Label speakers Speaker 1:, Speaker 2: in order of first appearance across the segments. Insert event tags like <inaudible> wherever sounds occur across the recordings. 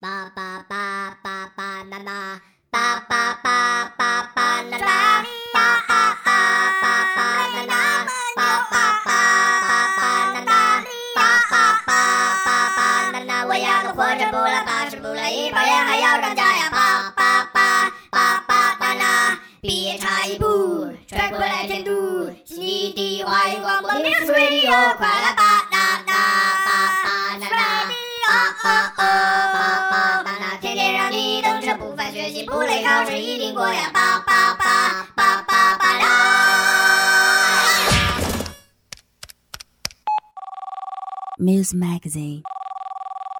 Speaker 1: 巴巴巴巴巴啦啦，巴巴巴巴巴啦啦，巴巴巴巴巴啦啦，巴巴巴巴巴啦啦，巴巴巴巴巴啦啦，我要个活着不了，八十不了，一包烟还要涨价呀！巴巴巴巴巴啦啦，别差一步，穿过来天都，悉尼的华语广播 m u s i Radio，快来吧啦啦，巴巴啦啦。啊啊啊！爸爸爸爸，天天让你等着，不烦学习，不累考试，一定过呀！爸爸爸爸爸爸啦！
Speaker 2: Muse Magazine。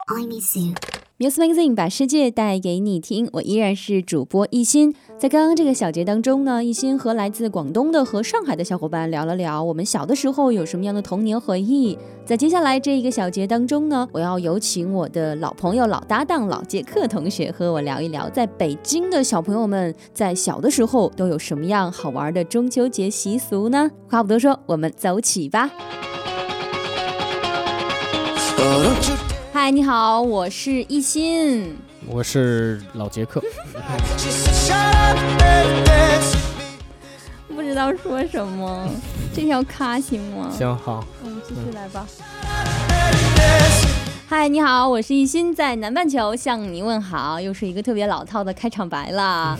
Speaker 1: I miss you。
Speaker 2: Muse Magazine 把世界带给你听，我依然是主播一心。在刚刚这个小节当中呢，一心和来自广东的和上海的小伙伴聊了聊我们小的时候有什么样的童年回忆。在接下来这一个小节当中呢，我要有请我的老朋友、老搭档、老杰克同学和我聊一聊，在北京的小朋友们在小的时候都有什么样好玩的中秋节习俗呢？话不多说，我们走起吧。嗨，你好，我是一心。
Speaker 3: 我是老
Speaker 2: <laughs>
Speaker 3: 杰克，
Speaker 4: 不知道说什么，这条卡行吗？
Speaker 3: 行好，
Speaker 4: 我们继续来吧。
Speaker 2: 嗨，你好，我是一心，在南半球向你问好，又是一个特别老套的开场白了。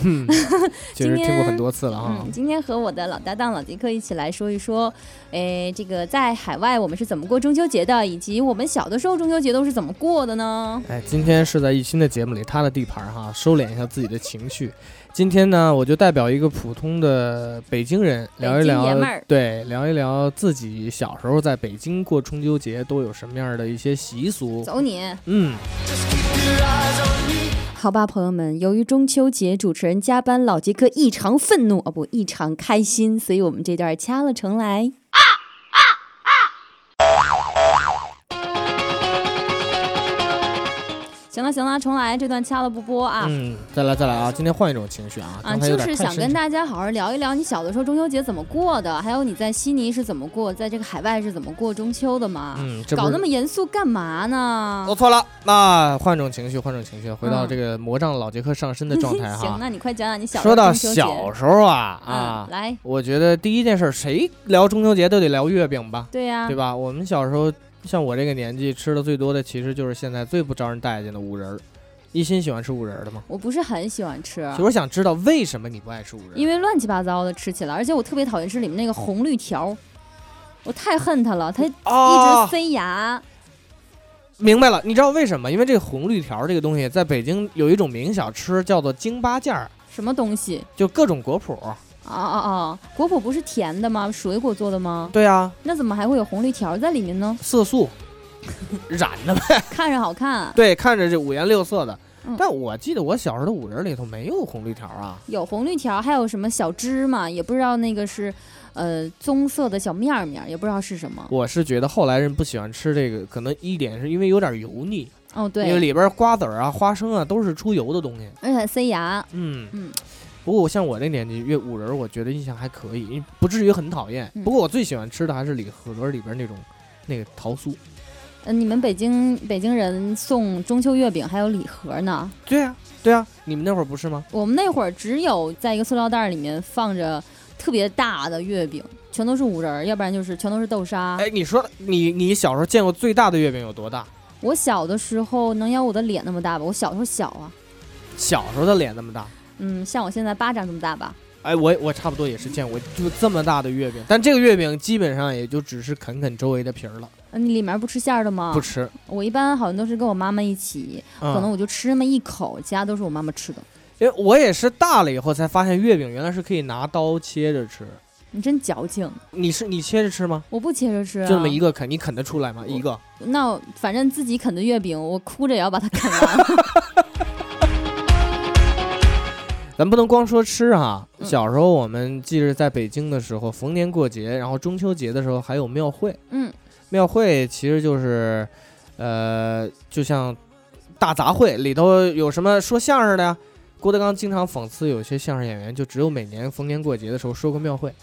Speaker 3: 其
Speaker 2: 今
Speaker 3: 实听过
Speaker 2: 天
Speaker 3: 很多次了哈
Speaker 2: 嗯，。今天和我的老搭档老迪克一起来说一说，诶，这个在海外我们是怎么过中秋节的，以及我们小的时候中秋节都是怎么过的呢？
Speaker 3: 哎，今天是在一新的节目里，他的地盘儿哈，收敛一下自己的情绪。今天呢，我就代表一个普通的北京人聊一
Speaker 2: 北京爷
Speaker 3: 聊
Speaker 2: 们儿，
Speaker 3: 对，聊一聊自己小时候在北京过中秋节都有什么样的一些习俗。
Speaker 2: 走你！
Speaker 3: 嗯，
Speaker 2: 好吧，朋友们，由于中秋节主持人加班，老杰克异常愤怒哦不，异常开心，所以我们这段掐了重来。行了行了，重来这段掐了不播啊。
Speaker 3: 嗯，再来再来啊！今天换一种情绪啊，
Speaker 2: 啊，
Speaker 3: 刚才有
Speaker 2: 就
Speaker 3: 点
Speaker 2: 是
Speaker 3: 太
Speaker 2: 想
Speaker 3: 深
Speaker 2: 跟
Speaker 3: 沉
Speaker 2: 大家好好聊一聊你小的时候中秋节怎么过的，还有你在悉尼是怎么过，在这个海外是怎么过中秋的嘛？
Speaker 3: 嗯，这不
Speaker 2: 搞
Speaker 3: 是
Speaker 2: 那么严肃干嘛呢？
Speaker 3: 我错了，那换种情绪，换种情绪，回到
Speaker 2: 嗯
Speaker 3: 这个魔杖老杰克上身的状态
Speaker 2: <laughs> 行，啊
Speaker 3: 哈。
Speaker 2: 那你快讲讲你小时
Speaker 3: 说
Speaker 2: 候
Speaker 3: 到
Speaker 2: 中秋节。
Speaker 3: 小时候啊
Speaker 2: 嗯
Speaker 3: 啊，
Speaker 2: 来，
Speaker 3: 我觉得第一件事儿，谁聊中秋节都得聊月饼吧，
Speaker 2: 对呀、
Speaker 3: 对吧？我们小时候，像我这个年纪，吃的最多的其实就是现在最不招人待见的五仁儿。一心喜欢吃五仁儿的吗？
Speaker 2: 我不是很喜欢吃
Speaker 3: 其，实我想知道为什么你不爱吃五仁儿，
Speaker 2: 啊因为乱七八糟的吃起来，而且我特别讨厌吃里面那个红绿条，我太恨它了，它一
Speaker 3: 啊
Speaker 2: 直，塞牙。
Speaker 3: 明白了，你知道为什么？因为这个红绿条儿这个东西，在北京有一种名小吃叫做京八件儿，
Speaker 2: 什么东西？
Speaker 3: 就各种果脯。
Speaker 2: 哦哦哦，果脯不是甜的吗？水果做的吗？
Speaker 3: 对啊，
Speaker 2: 那怎么还会有红绿条在里面呢？
Speaker 3: 色
Speaker 2: <laughs>
Speaker 3: 素染的呗。
Speaker 2: 看着好看，
Speaker 3: 对，看着这五颜六色的
Speaker 2: 嗯。
Speaker 3: 但我记得我小时候的五仁里头没有红绿条啊，
Speaker 2: 有红绿条，还有什么小芝麻，也不知道那个是，呃，棕色的小面儿面儿，也不知道是什么。
Speaker 3: 我是觉得后来人不喜欢吃这个，可能一点是因为有点油腻，
Speaker 2: 哦，
Speaker 3: 因为
Speaker 2: 对，
Speaker 3: 里边瓜子儿啊、花生啊都是出油的东西。
Speaker 2: 而且还塞牙。
Speaker 3: 嗯
Speaker 2: 嗯，
Speaker 3: 不过像我这年纪，月五仁儿我觉得印象还可以，因为不至于很讨厌。
Speaker 2: 嗯
Speaker 3: 不过我最喜欢吃的还是礼盒里边那种那个桃酥。
Speaker 2: 呃，你们北京北京人送中秋月饼还有礼盒呢。
Speaker 3: 对啊，对啊，你们那会儿不是吗？
Speaker 2: 我们那会儿只有在一个塑料袋儿里面放着特别大的月饼，全都是五仁儿，要不然就是全都是豆沙。
Speaker 3: 哎，你说的你你小时候见过最大的月饼有多大？
Speaker 2: 我小的时候能有我的脸那么大吧？我小时候小啊，
Speaker 3: 小时候的脸那么大。
Speaker 2: 嗯，像我现在巴掌这么大吧？
Speaker 3: 哎，我我差不多也是见过就这么大的月饼，但这个月饼基本上也就只是啃啃周围的皮儿了，
Speaker 2: 呃你里面不吃馅儿的吗？
Speaker 3: 不。吃。
Speaker 2: 我一般好像都是跟我妈妈一起，啊可能
Speaker 3: 嗯，
Speaker 2: 我就吃那么一口，其他都是我妈妈吃的。
Speaker 3: 因为我也是大了以后才发现月饼原来是可以拿刀切着吃。
Speaker 2: 你真矫情，
Speaker 3: 你是你切着吃吗？
Speaker 2: 我不切着吃、啊，
Speaker 3: 就这么一个啃，你啃得出来吗？
Speaker 2: 我
Speaker 3: 一个。
Speaker 2: 那我反正自己啃的月饼，我哭着也要把它啃
Speaker 3: <laughs>
Speaker 2: 完。
Speaker 3: 咱不能光说吃哈，
Speaker 2: 嗯
Speaker 3: 小时候我们记着在北京的时候，逢年过节，然后中秋节的时候还有庙会。
Speaker 2: 嗯，
Speaker 3: 庙会其实就是，呃，就像大杂烩，里头有什么说相声的呀，郭德纲经常讽刺有些相声演员，就只有每年逢年过节的时候说个
Speaker 2: <laughs>
Speaker 3: 庙会，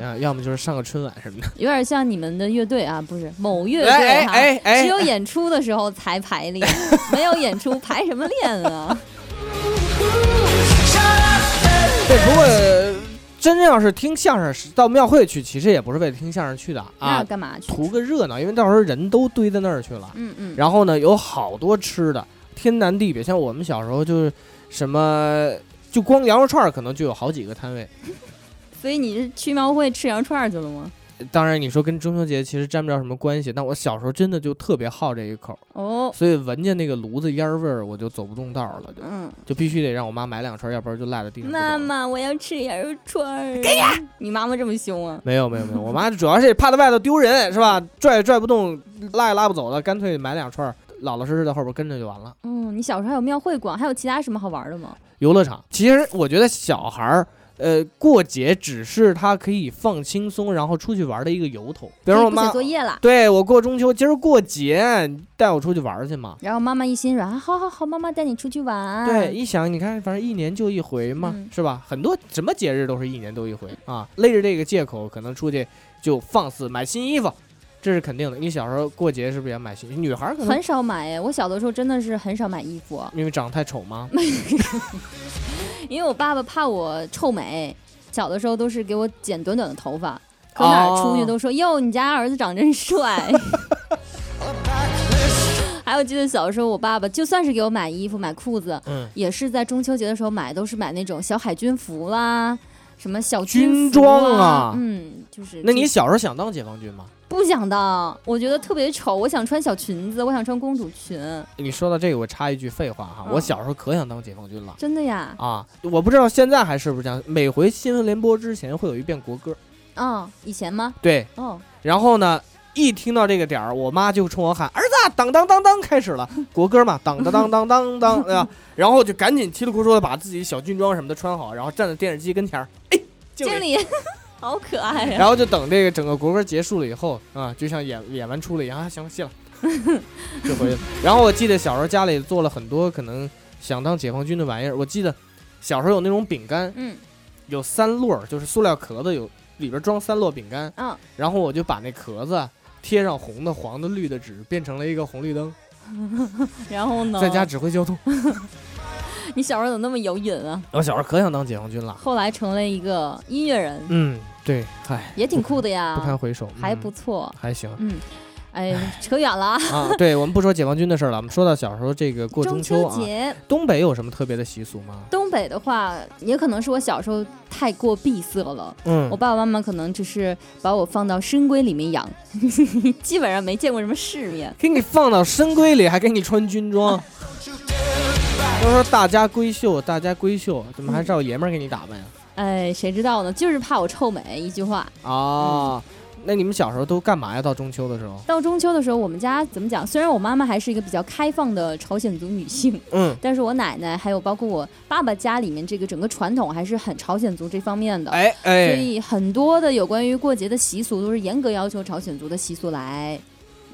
Speaker 3: 啊，要么就是上个春晚什么的。
Speaker 2: 有点像你们的乐队啊，不是某乐队
Speaker 3: 哎
Speaker 2: 哈、
Speaker 3: 哎哎哎，
Speaker 2: 只有演出的时候才排
Speaker 3: <laughs>
Speaker 2: 练，没有演出排什么练啊？
Speaker 3: 对，不过呃真正要是听相声是到庙会去，其实也不是为了听相声去的
Speaker 2: 那
Speaker 3: 啊，
Speaker 2: 干嘛去？
Speaker 3: 图个热闹，因为到时候人都堆在那儿去了。
Speaker 2: 嗯嗯，
Speaker 3: 然后呢，有好多吃的，天南地北。像我们小时候就是什么，就光羊肉串儿可能就有好几个摊位。
Speaker 2: 所以你是去庙会吃羊肉串儿去了吗？
Speaker 3: 当然，你说跟中秋节其实沾不着什么关系，但我小时候真的就特别好这一口，
Speaker 2: 哦，
Speaker 3: 所以闻见那个炉子烟儿味儿，我就走不动道儿了，就
Speaker 2: 嗯，
Speaker 3: 就必须得让我妈买两串儿，要不然就赖在地上不走了。
Speaker 2: 妈妈，我要吃羊肉串儿。给你，你妈妈这么凶啊？
Speaker 3: 没有没有没有，我妈主要是怕在外头丢人，是吧？拽也拽不动，拉也拉不走的，干脆买两串儿，老老实实在后边跟着就完了。
Speaker 2: 嗯，你小时候还有庙会馆，还有其他什么好玩的吗？
Speaker 3: 游乐场，其实我觉得小孩儿。呃，过节只是他可以放轻松，然后出去玩的一个由头。
Speaker 2: 可
Speaker 3: 比如
Speaker 2: 以
Speaker 3: 说我
Speaker 2: 不写
Speaker 3: 妈，
Speaker 2: 作业了。
Speaker 3: 对我过中秋，今儿过节，你带我出去玩儿去嘛。
Speaker 2: 然后妈妈一心软，啊好好好，妈妈带你出去玩。
Speaker 3: 对，，一想你看，反正一年就一回嘛，
Speaker 2: 嗯
Speaker 3: 是吧？很多什么节日都是一年都一回啊，勒着这个借口，可能出去就放肆买新衣服，这是肯定的。你小时候过节是不是也买新？女孩儿可能
Speaker 2: 很少买哎，我小的时候真的是很少买衣服，啊
Speaker 3: 因为长得太丑吗？嗯
Speaker 2: 因为我爸爸怕我臭美，小的时候都是给我剪短短的头
Speaker 3: 哦
Speaker 2: 发，搁哪儿出去都说哟、你家儿子长真帅。 <laughs> 还有记得小时候，我爸爸就算是给我买衣服、买裤子，
Speaker 3: 嗯，
Speaker 2: 也是在中秋节的时候买，都是买那种小海军服啦，什么小
Speaker 3: 军
Speaker 2: 服
Speaker 3: 装
Speaker 2: 啊
Speaker 3: 啊，
Speaker 2: 嗯，就是。
Speaker 3: 那你小时候想当解放军吗？
Speaker 2: 不想当？我觉得特别丑，我想穿小裙子，我想穿公主裙，
Speaker 3: 你说到这个，我插一句废话哈，
Speaker 2: 嗯
Speaker 3: 我小时候可想当解放军了。
Speaker 2: 真的呀，
Speaker 3: 啊，我不知道现在还是不是这样。每回新闻联播之前会有一遍国歌，
Speaker 2: 哦，以前吗？
Speaker 3: 对，
Speaker 2: 哦，
Speaker 3: 然后呢，一听到这个点儿，我妈就冲我喊：“儿子，啊当当当当，开始了，国歌 <laughs> 嘛，当当当当当当，对吧？”然后就赶紧稀里糊涂的把自己小军装什么的穿好，然后站在电视机跟前儿，哎，敬
Speaker 2: 经
Speaker 3: 礼。
Speaker 2: 理， <laughs> 好可爱啊呀、
Speaker 3: 然后就等这个整个国歌结束了以后啊，就像演演完出了一样，啊，行了，谢了， <laughs> 就回去了。然后我记得小时候家里做了很多可能想当解放军的玩意儿，我记得小时候有那种饼干，
Speaker 2: 嗯，
Speaker 3: 有三摞儿，就是塑料壳子有里边装三摞饼干，
Speaker 2: 嗯，
Speaker 3: 然后我就把那壳子啊贴上红的、黄的、绿的纸，变成了一个红绿灯，
Speaker 2: 然后呢？
Speaker 3: 在家指挥交通。 <laughs>
Speaker 2: 你小时候怎么那么有瘾啊？
Speaker 3: 我小时候可想当解放军了，
Speaker 2: 后来成了一个音乐人，
Speaker 3: 嗯，对，嗨，
Speaker 2: 也挺酷的呀，
Speaker 3: 不堪回首，嗯
Speaker 2: 还不错。<laughs>
Speaker 3: 还行
Speaker 2: 嗯，哎，扯远了啊。
Speaker 3: 啊。对我们不说解放军的事儿了，我们说到小时候这个过
Speaker 2: 中
Speaker 3: 中秋啊，
Speaker 2: 节，
Speaker 3: 东北有什么特别的习俗吗？
Speaker 2: 东北的话，也可能是我小时候太过闭塞了。
Speaker 3: 嗯
Speaker 2: 我爸爸妈妈可能只是把我放到深闺里面养， <laughs> 基本上没见过什么世面。
Speaker 3: 给你放到深闺里，还给你穿
Speaker 2: <laughs>
Speaker 3: 军装。都说大家闺秀，大家闺秀，怎么还是老爷们儿给你打扮呀？
Speaker 2: 哎，谁知道呢？就是怕我臭美。一句话，
Speaker 3: 啊，那你们小时候都干嘛呀？到中秋的时候，
Speaker 2: 到中秋的时候，我们家怎么讲？虽然我妈妈还是一个比较开放的朝鲜族女性，
Speaker 3: 嗯，
Speaker 2: 但是我奶奶还有包括我爸爸家里面这个整个传统还是很朝鲜族这方面的。
Speaker 3: 哎
Speaker 2: 所
Speaker 3: 哎，
Speaker 2: 以很多的有关于过节的习俗都是严格要求朝鲜族的习俗来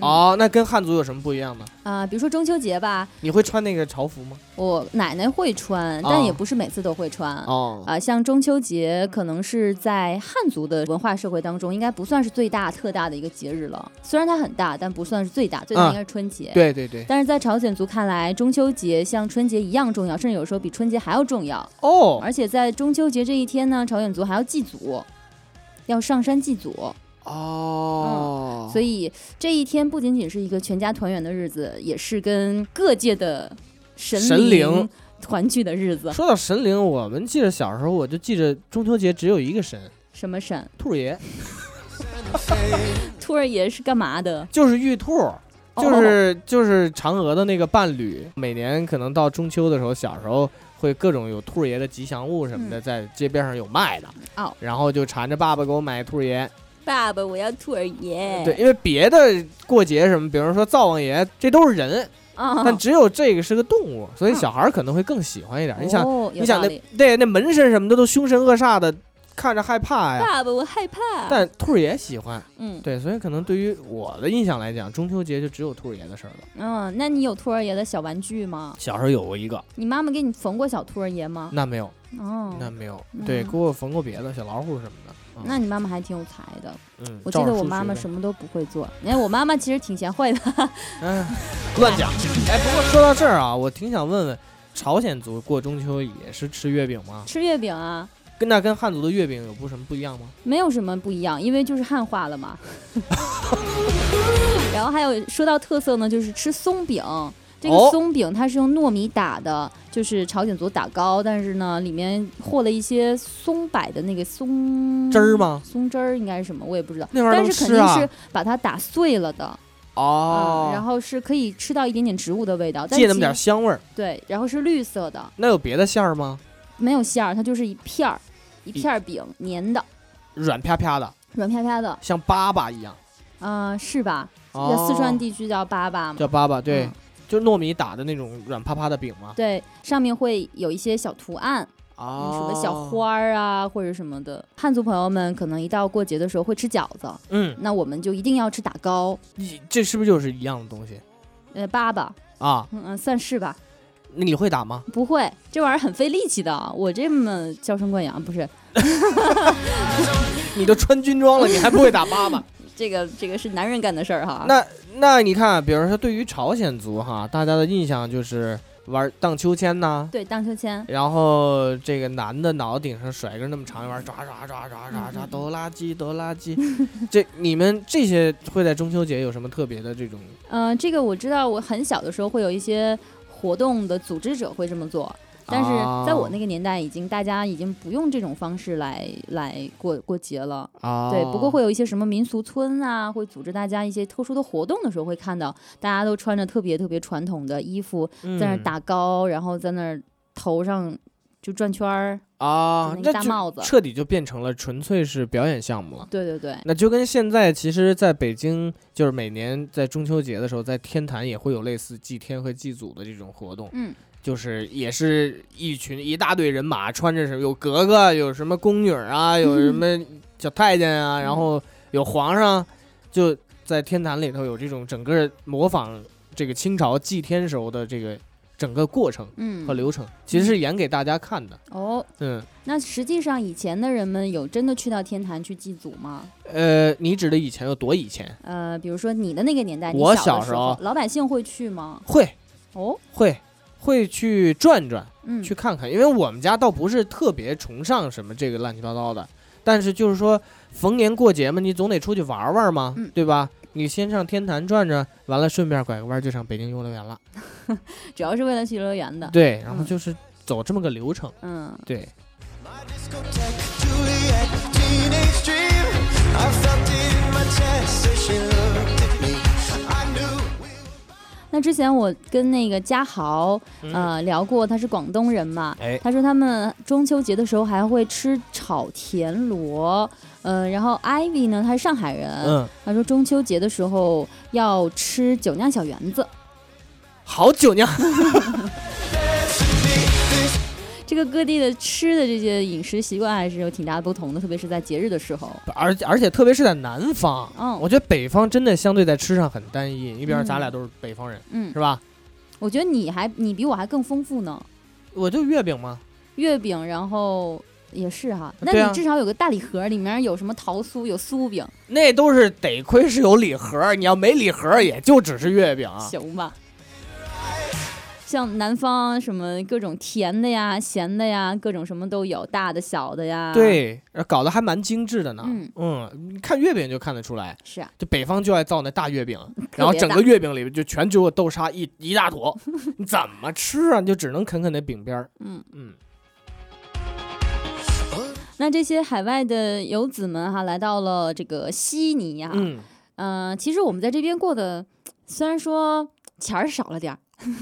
Speaker 3: 哦，那跟汉族有什么不一样呢？
Speaker 2: 啊、比如说中秋节吧，
Speaker 3: 你会穿那个朝服吗？
Speaker 2: 我奶奶会穿，
Speaker 3: 哦
Speaker 2: 但也不是每次都会穿。啊、
Speaker 3: 哦，
Speaker 2: 像中秋节可能是在汉族的文化社会当中，应该不算是最大特大的一个节日了。虽然它很大，但不算是最大，最大
Speaker 3: 啊
Speaker 2: 应该是春节。
Speaker 3: 对对对，
Speaker 2: 但是在朝鲜族看来，中秋节像春节一样重要，甚至有时候比春节还要重要。
Speaker 3: 哦
Speaker 2: 而且在中秋节这一天呢，朝鲜族还要祭祖，要上山祭祖。
Speaker 3: 哦，
Speaker 2: 嗯所以这一天不仅仅是一个全家团圆的日子，也是跟各界的神
Speaker 3: 神灵
Speaker 2: 团聚的日子。
Speaker 3: 说到神灵，我们记着小时候，我就记着中秋节只有一个神，
Speaker 2: 什么神？
Speaker 3: 兔爷，
Speaker 2: 兔儿爷是干嘛的？
Speaker 3: 就是玉兔。
Speaker 2: 哦
Speaker 3: 就是就是嫦娥的那个伴侣，每年可能到中秋的时候，小时候会各种有兔爷的吉祥物什么的，在街边上有卖的。
Speaker 2: 嗯哦
Speaker 3: 然后就缠着爸爸给我买兔爷。
Speaker 2: 爸爸，我要兔儿爷。
Speaker 3: 对，因为别的过节什么，比如说灶王爷，这都是人，
Speaker 2: 啊，嗯
Speaker 3: 但只有这个是个动物，所以小孩儿可能会更喜欢一点。你想，
Speaker 2: 哦、有
Speaker 3: 你想
Speaker 2: 道
Speaker 3: 那
Speaker 2: 理
Speaker 3: 对那门神什么的都凶神恶煞的，看着害怕呀。
Speaker 2: 爸爸，我害怕。
Speaker 3: 但兔儿爷喜欢，
Speaker 2: 嗯
Speaker 3: 对，所以可能对于我的印象来讲，中秋节就只有兔儿爷的事儿了。
Speaker 2: 嗯，那你有兔儿爷的小玩具吗？
Speaker 3: 小时候有过一个，
Speaker 2: 你妈妈给你缝过小兔儿爷吗？
Speaker 3: 那没有，
Speaker 2: 哦，
Speaker 3: 那没有，
Speaker 2: 嗯
Speaker 3: 对，给我缝过别的小老虎什么的。嗯
Speaker 2: 那你妈妈还挺有才的。
Speaker 3: 嗯，
Speaker 2: 我记
Speaker 3: 照着
Speaker 2: 得我
Speaker 3: 数
Speaker 2: 妈
Speaker 3: 学
Speaker 2: 妈
Speaker 3: 呗
Speaker 2: 什么都不会做，哎，我妈妈其实挺贤惠的。 <laughs>
Speaker 3: 哎， <laughs> 乱讲。哎，不过说到这儿啊，我挺想问问，朝鲜族过中秋也是吃月饼吗？
Speaker 2: 吃月饼啊，
Speaker 3: 跟那跟汉族的月饼有不什么不一样吗？
Speaker 2: 没有什么不一样，因为就是汉化了
Speaker 3: <laughs>
Speaker 2: 嘛。然后还有说到特色呢，就是吃松饼。这个
Speaker 3: 哦
Speaker 2: 松饼它是用糯米打的，就是朝鲜族打糕，但是呢，里面和了一些松柏的那个松
Speaker 3: 汁儿？吗？
Speaker 2: 松汁儿应该是什么？我也不知道。
Speaker 3: 那玩意儿
Speaker 2: 但
Speaker 3: 能
Speaker 2: 是肯
Speaker 3: 吃
Speaker 2: 定
Speaker 3: 啊
Speaker 2: 是？把它打碎了的，
Speaker 3: 哦
Speaker 2: 啊，，然后是可以吃到一点点植物的味道，但
Speaker 3: 借那么
Speaker 2: 其
Speaker 3: 点儿香味儿。
Speaker 2: 对，然后是绿色的，
Speaker 3: 那有别的馅儿吗？
Speaker 2: 没有馅儿，它就是一片儿一片儿饼粘的，
Speaker 3: 软啪啪的，
Speaker 2: 软啪啪的，
Speaker 3: 像粑粑一样。
Speaker 2: 啊、是吧？在
Speaker 3: 哦
Speaker 2: 四川地区叫粑粑嘛，
Speaker 3: 叫粑粑，对
Speaker 2: 嗯，
Speaker 3: 就糯米打的那种软趴趴的饼嘛。
Speaker 2: 对，上面会有一些小图案，
Speaker 3: 啊，
Speaker 2: 什嗯么小。花儿啊或者什么的。汉族朋友们可能一到过节的时候会吃饺子，
Speaker 3: 嗯，
Speaker 2: 那我们就一定要吃打糕，
Speaker 3: 你这是不是就是一样的东西
Speaker 2: 呃，粑粑，
Speaker 3: 啊？
Speaker 2: 嗯嗯，算是吧。
Speaker 3: 那你会打吗？
Speaker 2: 不会，这玩意儿很费力气的，我这么娇生惯养，不是
Speaker 3: 你都穿军装了，你还不会打粑粑？ <laughs>
Speaker 2: 这个这个是男人干的事儿哈。
Speaker 3: 那那你看，比如说对于朝鲜族哈，大家的印象就是玩荡秋千呐、
Speaker 2: 对荡秋千，
Speaker 3: 然后这个男的脑顶上甩根那么长一玩，抓抓抓抓抓抓，
Speaker 2: 嗯
Speaker 3: 哆啦叽哆啦叽。 <laughs> 这你们这些会在中秋节有什么特别的这种？
Speaker 2: 嗯，这个我知道，我很小的时候会有一些活动的组织者会这么做，但是在我
Speaker 3: 哦
Speaker 2: 那个年代，已经大家已经不用这种方式来来过过节了。
Speaker 3: 啊，
Speaker 2: 对，不过会有一些什么民俗村啊，会组织大家一些特殊的活动的时候，会看到大家都穿着特别特别传统的衣服，在那
Speaker 3: 嗯
Speaker 2: 儿打糕，然后在那儿头上就转圈儿，
Speaker 3: 嗯啊
Speaker 2: 就，那个
Speaker 3: 那
Speaker 2: 大
Speaker 3: 就
Speaker 2: 帽子。
Speaker 3: 彻底就变成了纯粹是表演项目了。
Speaker 2: 对对对，
Speaker 3: 那就跟现在，其实在北京，就是每年在中秋节的时候，在天坛也会有类似祭天和祭祖的这种活动。
Speaker 2: 嗯，
Speaker 3: 就是也是一群一大队人马，穿着什么有格格，有什么宫女儿啊，有什么
Speaker 2: 嗯
Speaker 3: 小太监啊，然后有皇上，就在天坛里头有这种整个模仿这个清朝祭天时候的这个整个过程
Speaker 2: 嗯
Speaker 3: 和，流程，其实是演给大家看的。
Speaker 2: 哦，
Speaker 3: 嗯，
Speaker 2: 那实际上以前的人们有真的去到天坛去祭祖吗？
Speaker 3: 呃，你指的以前有多以前？
Speaker 2: 呃，比如说你的那个年代，你
Speaker 3: 我
Speaker 2: 小
Speaker 3: 小
Speaker 2: 的
Speaker 3: 时
Speaker 2: 时候
Speaker 3: 候，
Speaker 2: 老百姓会去吗？
Speaker 3: 会
Speaker 2: 哦，
Speaker 3: 会会去转转。
Speaker 2: 嗯，
Speaker 3: 去看看，因为我们家倒不是特别崇尚什么这个乱七八糟的，但是就是说逢年过节嘛，你总得出去玩玩嘛，
Speaker 2: 嗯
Speaker 3: 对吧？你先上天坛转转，完了顺便拐个弯就上北京幼儿园了，
Speaker 2: 主要是为了去游乐园的。
Speaker 3: 对，然后
Speaker 2: 嗯
Speaker 3: 就是走这么个流程，
Speaker 2: 嗯，
Speaker 3: 对。
Speaker 5: My discotheque, Juliet, teenage dream. I felt it in my chest as she looked at me. I knew we
Speaker 2: 那之前我跟那个嘉豪
Speaker 3: 嗯
Speaker 2: 呃聊过，他是广东人嘛，
Speaker 3: 哎
Speaker 2: 他说他们中秋节的时候还会吃炒田螺，呃，然后 Ivy 呢，他是上海人，
Speaker 3: 嗯，
Speaker 2: 他说中秋节的时候要吃酒酿小圆子，
Speaker 3: 好酒酿，
Speaker 2: 这个各地的吃的这些饮食习惯还是有挺大的不同的，特别是在节日的时候，
Speaker 3: 而而且特别是在南方，
Speaker 2: 嗯
Speaker 3: 我觉得北方真的相对在吃上很单一。你比如咱
Speaker 2: 嗯
Speaker 3: 俩都是北方人，
Speaker 2: 嗯
Speaker 3: 是，吧？
Speaker 2: 我觉得你还你比我还更丰富呢，
Speaker 3: 我就月饼嘛，
Speaker 2: 月饼，然后也是哈。那
Speaker 3: 对啊
Speaker 2: 你至少有个大礼盒，里面有什么桃酥，有酥饼，
Speaker 3: 那都是得亏是有礼盒，你要没礼盒，也就只是月饼啊。
Speaker 2: 行吧？像南方什么各种甜的呀、咸的呀，各种什么都有，大的、小的呀。，
Speaker 3: 对，呃搞得还蛮精致的呢。
Speaker 2: 啊嗯
Speaker 3: 你看月饼就看得出来，
Speaker 2: 是啊，
Speaker 3: 就北方就爱造那大
Speaker 2: <laughs>
Speaker 3: 月饼，
Speaker 2: 特
Speaker 3: 然后
Speaker 2: 别
Speaker 3: 整
Speaker 2: 大
Speaker 3: 个月饼里面就全只有豆沙一一大
Speaker 2: <laughs>
Speaker 3: 坨，你怎么吃啊？你就只能啃啃那饼边儿。
Speaker 2: 嗯
Speaker 3: 嗯，
Speaker 2: 那这些海外的游子们哈，来到了这个悉尼呀、
Speaker 3: 嗯
Speaker 2: 嗯、其实我们在这边过的，虽然说钱儿少了点儿，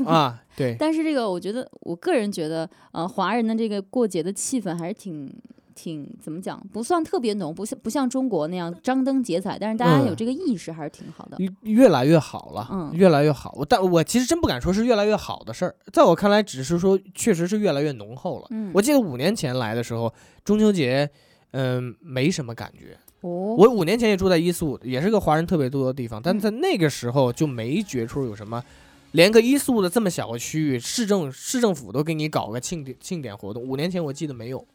Speaker 3: 啊，对，
Speaker 2: <laughs> 但是这个我觉得，我个人觉得，呃，华人的这个过节的气氛还是挺挺怎么讲，不算特别浓，不像不像中国那样张灯结彩，但是大家
Speaker 3: 嗯
Speaker 2: 有这个意识还是挺好的。
Speaker 3: 越越来越好了，
Speaker 2: 嗯
Speaker 3: 越来越好。我但我其实真不敢说是越来越好的事儿，在我看来，只是说确实是越来越浓厚了。
Speaker 2: 嗯
Speaker 3: 我记得五年前来的时候，中秋节。嗯，没什么感觉。
Speaker 2: 哦，
Speaker 3: 我五年前也住在伊素，也是个华人特别多的地方，
Speaker 2: 嗯
Speaker 3: 但在那个时候就没觉出有什么，连个伊素的这么小个区域，市政市政府都给你搞个庆典庆典活动。五年前我记得没有，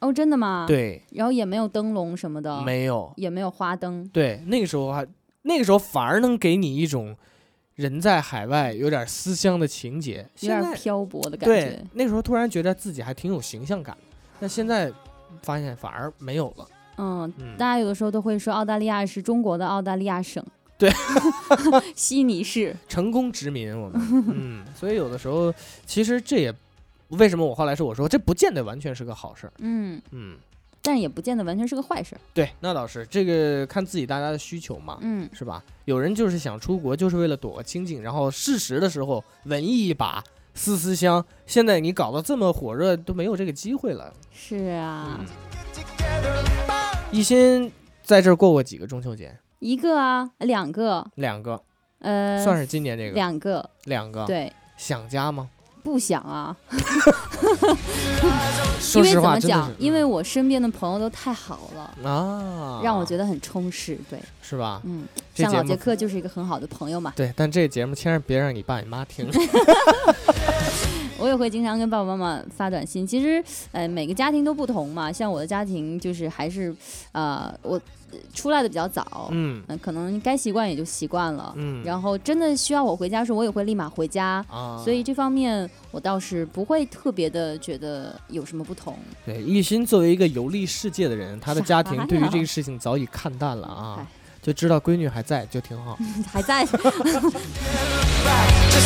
Speaker 2: 哦，真的吗？。
Speaker 3: 对，
Speaker 2: 然后也没有灯笼什么的，，
Speaker 3: 没有，
Speaker 2: 也没有花灯。
Speaker 3: 对，那个时候还那个时候反而能给你一种人在海外有点思乡的情节，
Speaker 2: 有
Speaker 3: 现
Speaker 2: 点
Speaker 3: 在
Speaker 2: 漂泊的感
Speaker 3: 对
Speaker 2: 觉，
Speaker 3: 那时候突然觉得自己还挺有形象感的，但现在发现反而没有了。
Speaker 2: 嗯，
Speaker 3: 嗯
Speaker 2: 大家有的时候都会说澳大利亚是中国的澳大利亚省，
Speaker 3: <laughs> 对，
Speaker 2: <laughs> 悉尼市，
Speaker 3: 成功殖民，我们， <laughs> 嗯，所以有的时候其实这也为什么我后来说我说这不见得完全是个好事儿，
Speaker 2: 嗯，
Speaker 3: 嗯，
Speaker 2: 但也不见得完全是个坏事儿，
Speaker 3: 对，那倒是这个看自己大家的需求嘛，
Speaker 2: 嗯，
Speaker 3: 是吧？有人就是想出国，就是为了躲个清静，然后适时的时候文艺一把，思思乡。现在你搞得这么火热，都没有这个机会了。
Speaker 2: 是啊，
Speaker 3: 嗯，
Speaker 5: Together,
Speaker 3: 一心在这儿过过几个中秋节，
Speaker 2: 一个啊，两个，
Speaker 3: 两个，
Speaker 2: 呃，
Speaker 3: 算是今年这个啊
Speaker 2: 两个，
Speaker 3: 两个。
Speaker 2: 对，
Speaker 3: 想家吗？
Speaker 2: 不想啊，因
Speaker 3: 说
Speaker 2: 为
Speaker 3: 实
Speaker 2: 怎
Speaker 3: 话，
Speaker 2: 么
Speaker 3: 真的
Speaker 2: 讲
Speaker 3: 是，嗯
Speaker 2: 因为我身边的朋友都太好了。
Speaker 3: 啊，
Speaker 2: 让我觉
Speaker 3: 得
Speaker 2: 得很充实，对，
Speaker 3: 是吧？
Speaker 2: 嗯，
Speaker 3: 这
Speaker 2: 像
Speaker 3: 节
Speaker 2: 老
Speaker 3: 目
Speaker 2: 杰克就是一个很好的朋友嘛。
Speaker 3: 对，但这节目千万别让你爸你
Speaker 2: <laughs>
Speaker 3: 妈听。
Speaker 2: 我也会经常跟爸爸妈妈发短信。其实，呃，每个家庭都不同嘛。像我的家庭就是还是，呃，我呃出来的比较早，嗯、
Speaker 3: 嗯
Speaker 2: 可能该习惯也就习惯了。
Speaker 3: 嗯，
Speaker 2: 然后真的需要我回家的时候，我也会立马回家。
Speaker 3: 啊，
Speaker 2: 所以这方面我倒是不会特别的觉得有什么不同。 <laughs>
Speaker 3: 对，一心作为一个游历世界的人，他的家庭
Speaker 2: 啥
Speaker 3: 对于
Speaker 2: 呀
Speaker 3: 这个事情早已看淡了啊
Speaker 2: 啊哎，
Speaker 3: 就知道闺女还在就挺好。
Speaker 2: 还
Speaker 3: <laughs>
Speaker 2: 在
Speaker 5: just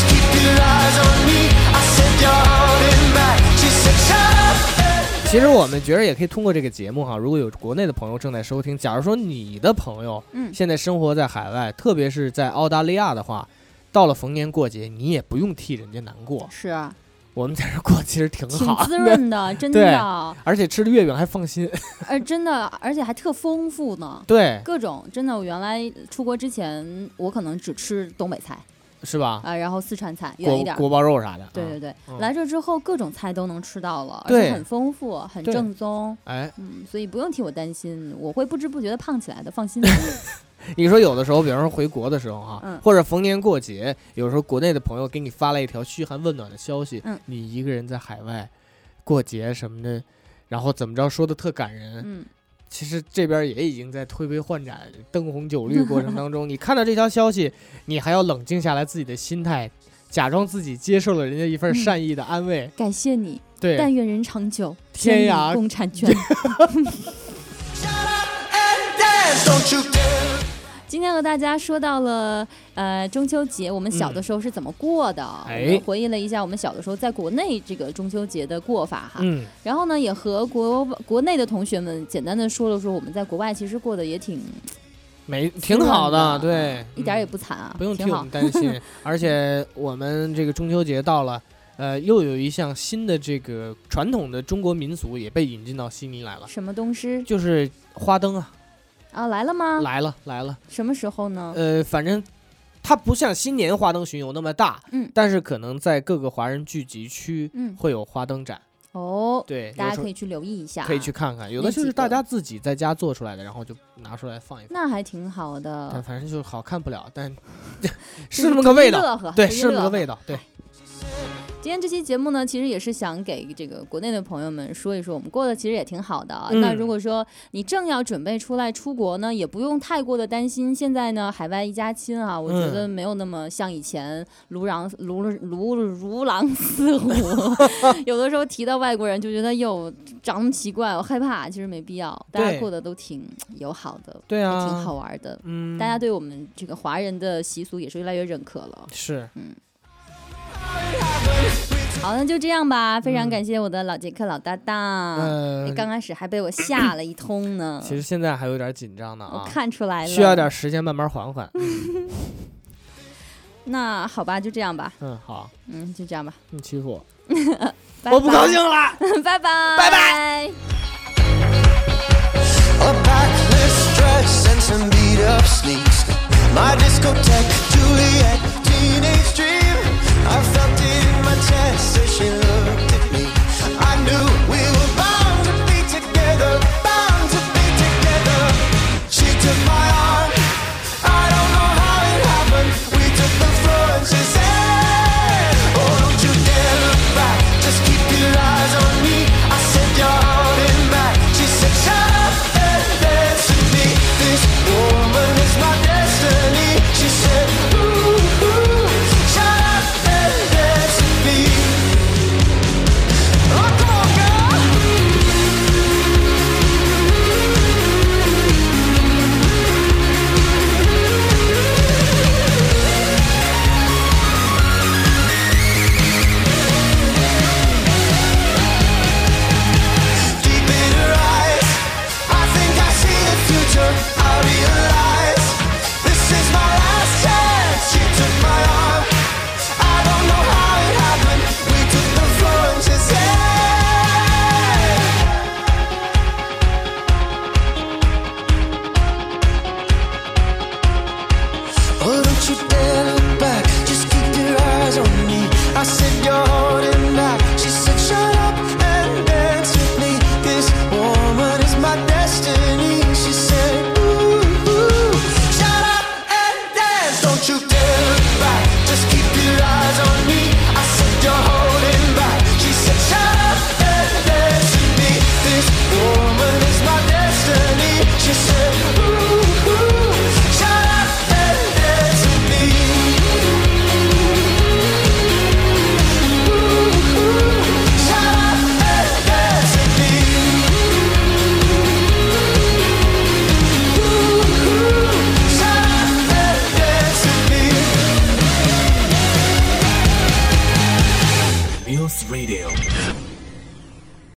Speaker 5: keep your eyes on me. I said you're holding back. She said shut up.
Speaker 3: 其实我们觉得也可以通过这个节目哈，如果有国内的朋友正在收听，假如说你的朋友
Speaker 2: 嗯
Speaker 3: 现在生活在海外，特别是在澳大利亚的话，到了逢年过节，你也不用替人家难过，
Speaker 2: 是啊
Speaker 3: 我们在这儿过其实挺
Speaker 2: 挺
Speaker 3: 好，
Speaker 2: 滋润的，真
Speaker 3: 对
Speaker 2: 的，
Speaker 3: 而且吃的月饼还放心。
Speaker 2: 呃，真的，而且还特丰富呢。
Speaker 3: 对，
Speaker 2: 各种真的，我原来出国之前，我可能只吃东北菜
Speaker 3: 是吧？
Speaker 2: 啊、然后四川菜远
Speaker 3: 锅
Speaker 2: 一点儿，
Speaker 3: 锅包肉啥的。
Speaker 2: 对
Speaker 3: 啊
Speaker 2: 对对，
Speaker 3: 嗯
Speaker 2: 来这之后各种菜都能吃到了，而
Speaker 3: 对
Speaker 2: 且很丰富，很
Speaker 3: 对
Speaker 2: 正宗，
Speaker 3: 哎，
Speaker 2: 嗯，所以不用替我担心，我会不知不觉的胖起来的，放
Speaker 3: <laughs>
Speaker 2: 心。
Speaker 3: 你说有的时候，比方说回国的时候哈，
Speaker 2: 嗯
Speaker 3: 或者逢年过节，有时候国内的朋友给你发了一条嘘寒问暖的消息，
Speaker 2: 嗯
Speaker 3: 你一个人在海外过节什么的，然后怎么着说的特感人，
Speaker 2: 嗯，
Speaker 3: 其实这边也已经在推杯换盏、灯红酒
Speaker 2: <laughs>
Speaker 3: 绿过程当中，你看到这条消息，你还要冷静下来自己的心态，假装自己接受了人家一份
Speaker 2: 嗯
Speaker 3: 善意的安慰，
Speaker 2: 感谢你，
Speaker 3: 对，
Speaker 2: 但愿人长久，
Speaker 3: 天
Speaker 2: 与
Speaker 3: 涯
Speaker 2: 共婵娟。
Speaker 5: Dance, don't you dare.
Speaker 2: 今天和大家说到了，呃，中秋节我们小的时候是怎么过的？
Speaker 3: 哎
Speaker 2: 我们回忆了一下我们小的时候在国内这个中秋节的过法哈。
Speaker 3: 嗯，
Speaker 2: 然后呢，也和国国内的同学们简单的说了说，我们在国外其实过得也挺
Speaker 3: 没挺好的，
Speaker 2: 滋润
Speaker 3: 对，
Speaker 2: 一点儿也
Speaker 3: 嗯
Speaker 2: 不惨啊，
Speaker 3: 不用替
Speaker 2: 挺
Speaker 3: 我
Speaker 2: 好
Speaker 3: 们。
Speaker 2: <laughs>
Speaker 3: 担心。而且我们这个中秋节到了，呃，又有一项新的这个传统的中国民俗也被引进到悉尼来了，
Speaker 2: 什么东西
Speaker 3: 就是花灯啊，
Speaker 2: 啊？来了吗？
Speaker 3: 来了来了。
Speaker 2: 什么时候呢？
Speaker 3: 呃，反正它不像新年花灯巡游那么大，
Speaker 2: 嗯
Speaker 3: 但是可能在各个华人聚集区
Speaker 2: 嗯，
Speaker 3: 会有花灯展，
Speaker 2: 哦，
Speaker 3: 对，
Speaker 2: 大家
Speaker 3: 有时
Speaker 2: 可
Speaker 3: 候
Speaker 2: 以去留意一下，
Speaker 3: 可以去。看看，有的
Speaker 2: 那
Speaker 3: 就是
Speaker 2: 几
Speaker 3: 大
Speaker 2: 个
Speaker 3: 家自己在家做出来的，然后就拿出来放一放。
Speaker 2: 那还挺好
Speaker 3: 但
Speaker 2: 的，
Speaker 3: 反正就是好看不了，
Speaker 2: <laughs>
Speaker 3: 但
Speaker 2: 就是
Speaker 3: 那么个味
Speaker 2: 图一
Speaker 3: 道，
Speaker 2: 乐呵
Speaker 3: 对，
Speaker 2: 图一
Speaker 3: 是那么个
Speaker 2: 乐
Speaker 3: 味
Speaker 2: 呵
Speaker 3: 道，对。
Speaker 2: 今天这期节目呢，其实也是想给这个国内的朋友们说一说，我们过得其实也挺好的啊。
Speaker 3: 嗯
Speaker 2: 那如果说你正要准备出来出国呢，也不用太过的担心。现在呢，海外一家亲
Speaker 3: 嗯
Speaker 2: 啊，我觉得没有那么像以前如狼如如如狼似
Speaker 3: <laughs>
Speaker 2: 虎。有的时候提到外国人，就觉得哟长那么奇怪，我害怕。其实没必要，大
Speaker 3: 对
Speaker 2: 家过得都挺友好的，
Speaker 3: 对啊，
Speaker 2: 哎也挺好玩的。
Speaker 3: 嗯，
Speaker 2: 大家对我们这个华人的习俗也是越来越认可了。
Speaker 3: 是
Speaker 2: 好，那就这样吧。非常
Speaker 3: 嗯
Speaker 2: 感谢我的老杰克老搭档，
Speaker 3: 呃
Speaker 2: 你刚开始还被我吓了一通呢，
Speaker 3: <coughs> 其实现在还有点紧张呢
Speaker 2: 我
Speaker 3: 啊，
Speaker 2: 看出来了，嗯
Speaker 3: 需要点。时间慢慢缓缓。
Speaker 2: 那好吧，就这样吧，
Speaker 3: 嗯，好，
Speaker 2: 嗯，就这样吧，
Speaker 3: 你欺负我，
Speaker 2: 拜
Speaker 3: 我不高兴，了。
Speaker 2: <laughs> 拜拜，
Speaker 3: 拜
Speaker 2: 拜。
Speaker 5: A backless dress and some beat up sneaks. My discotheque, Juliet, teenage dream. I felt Oh, Oh, Oh,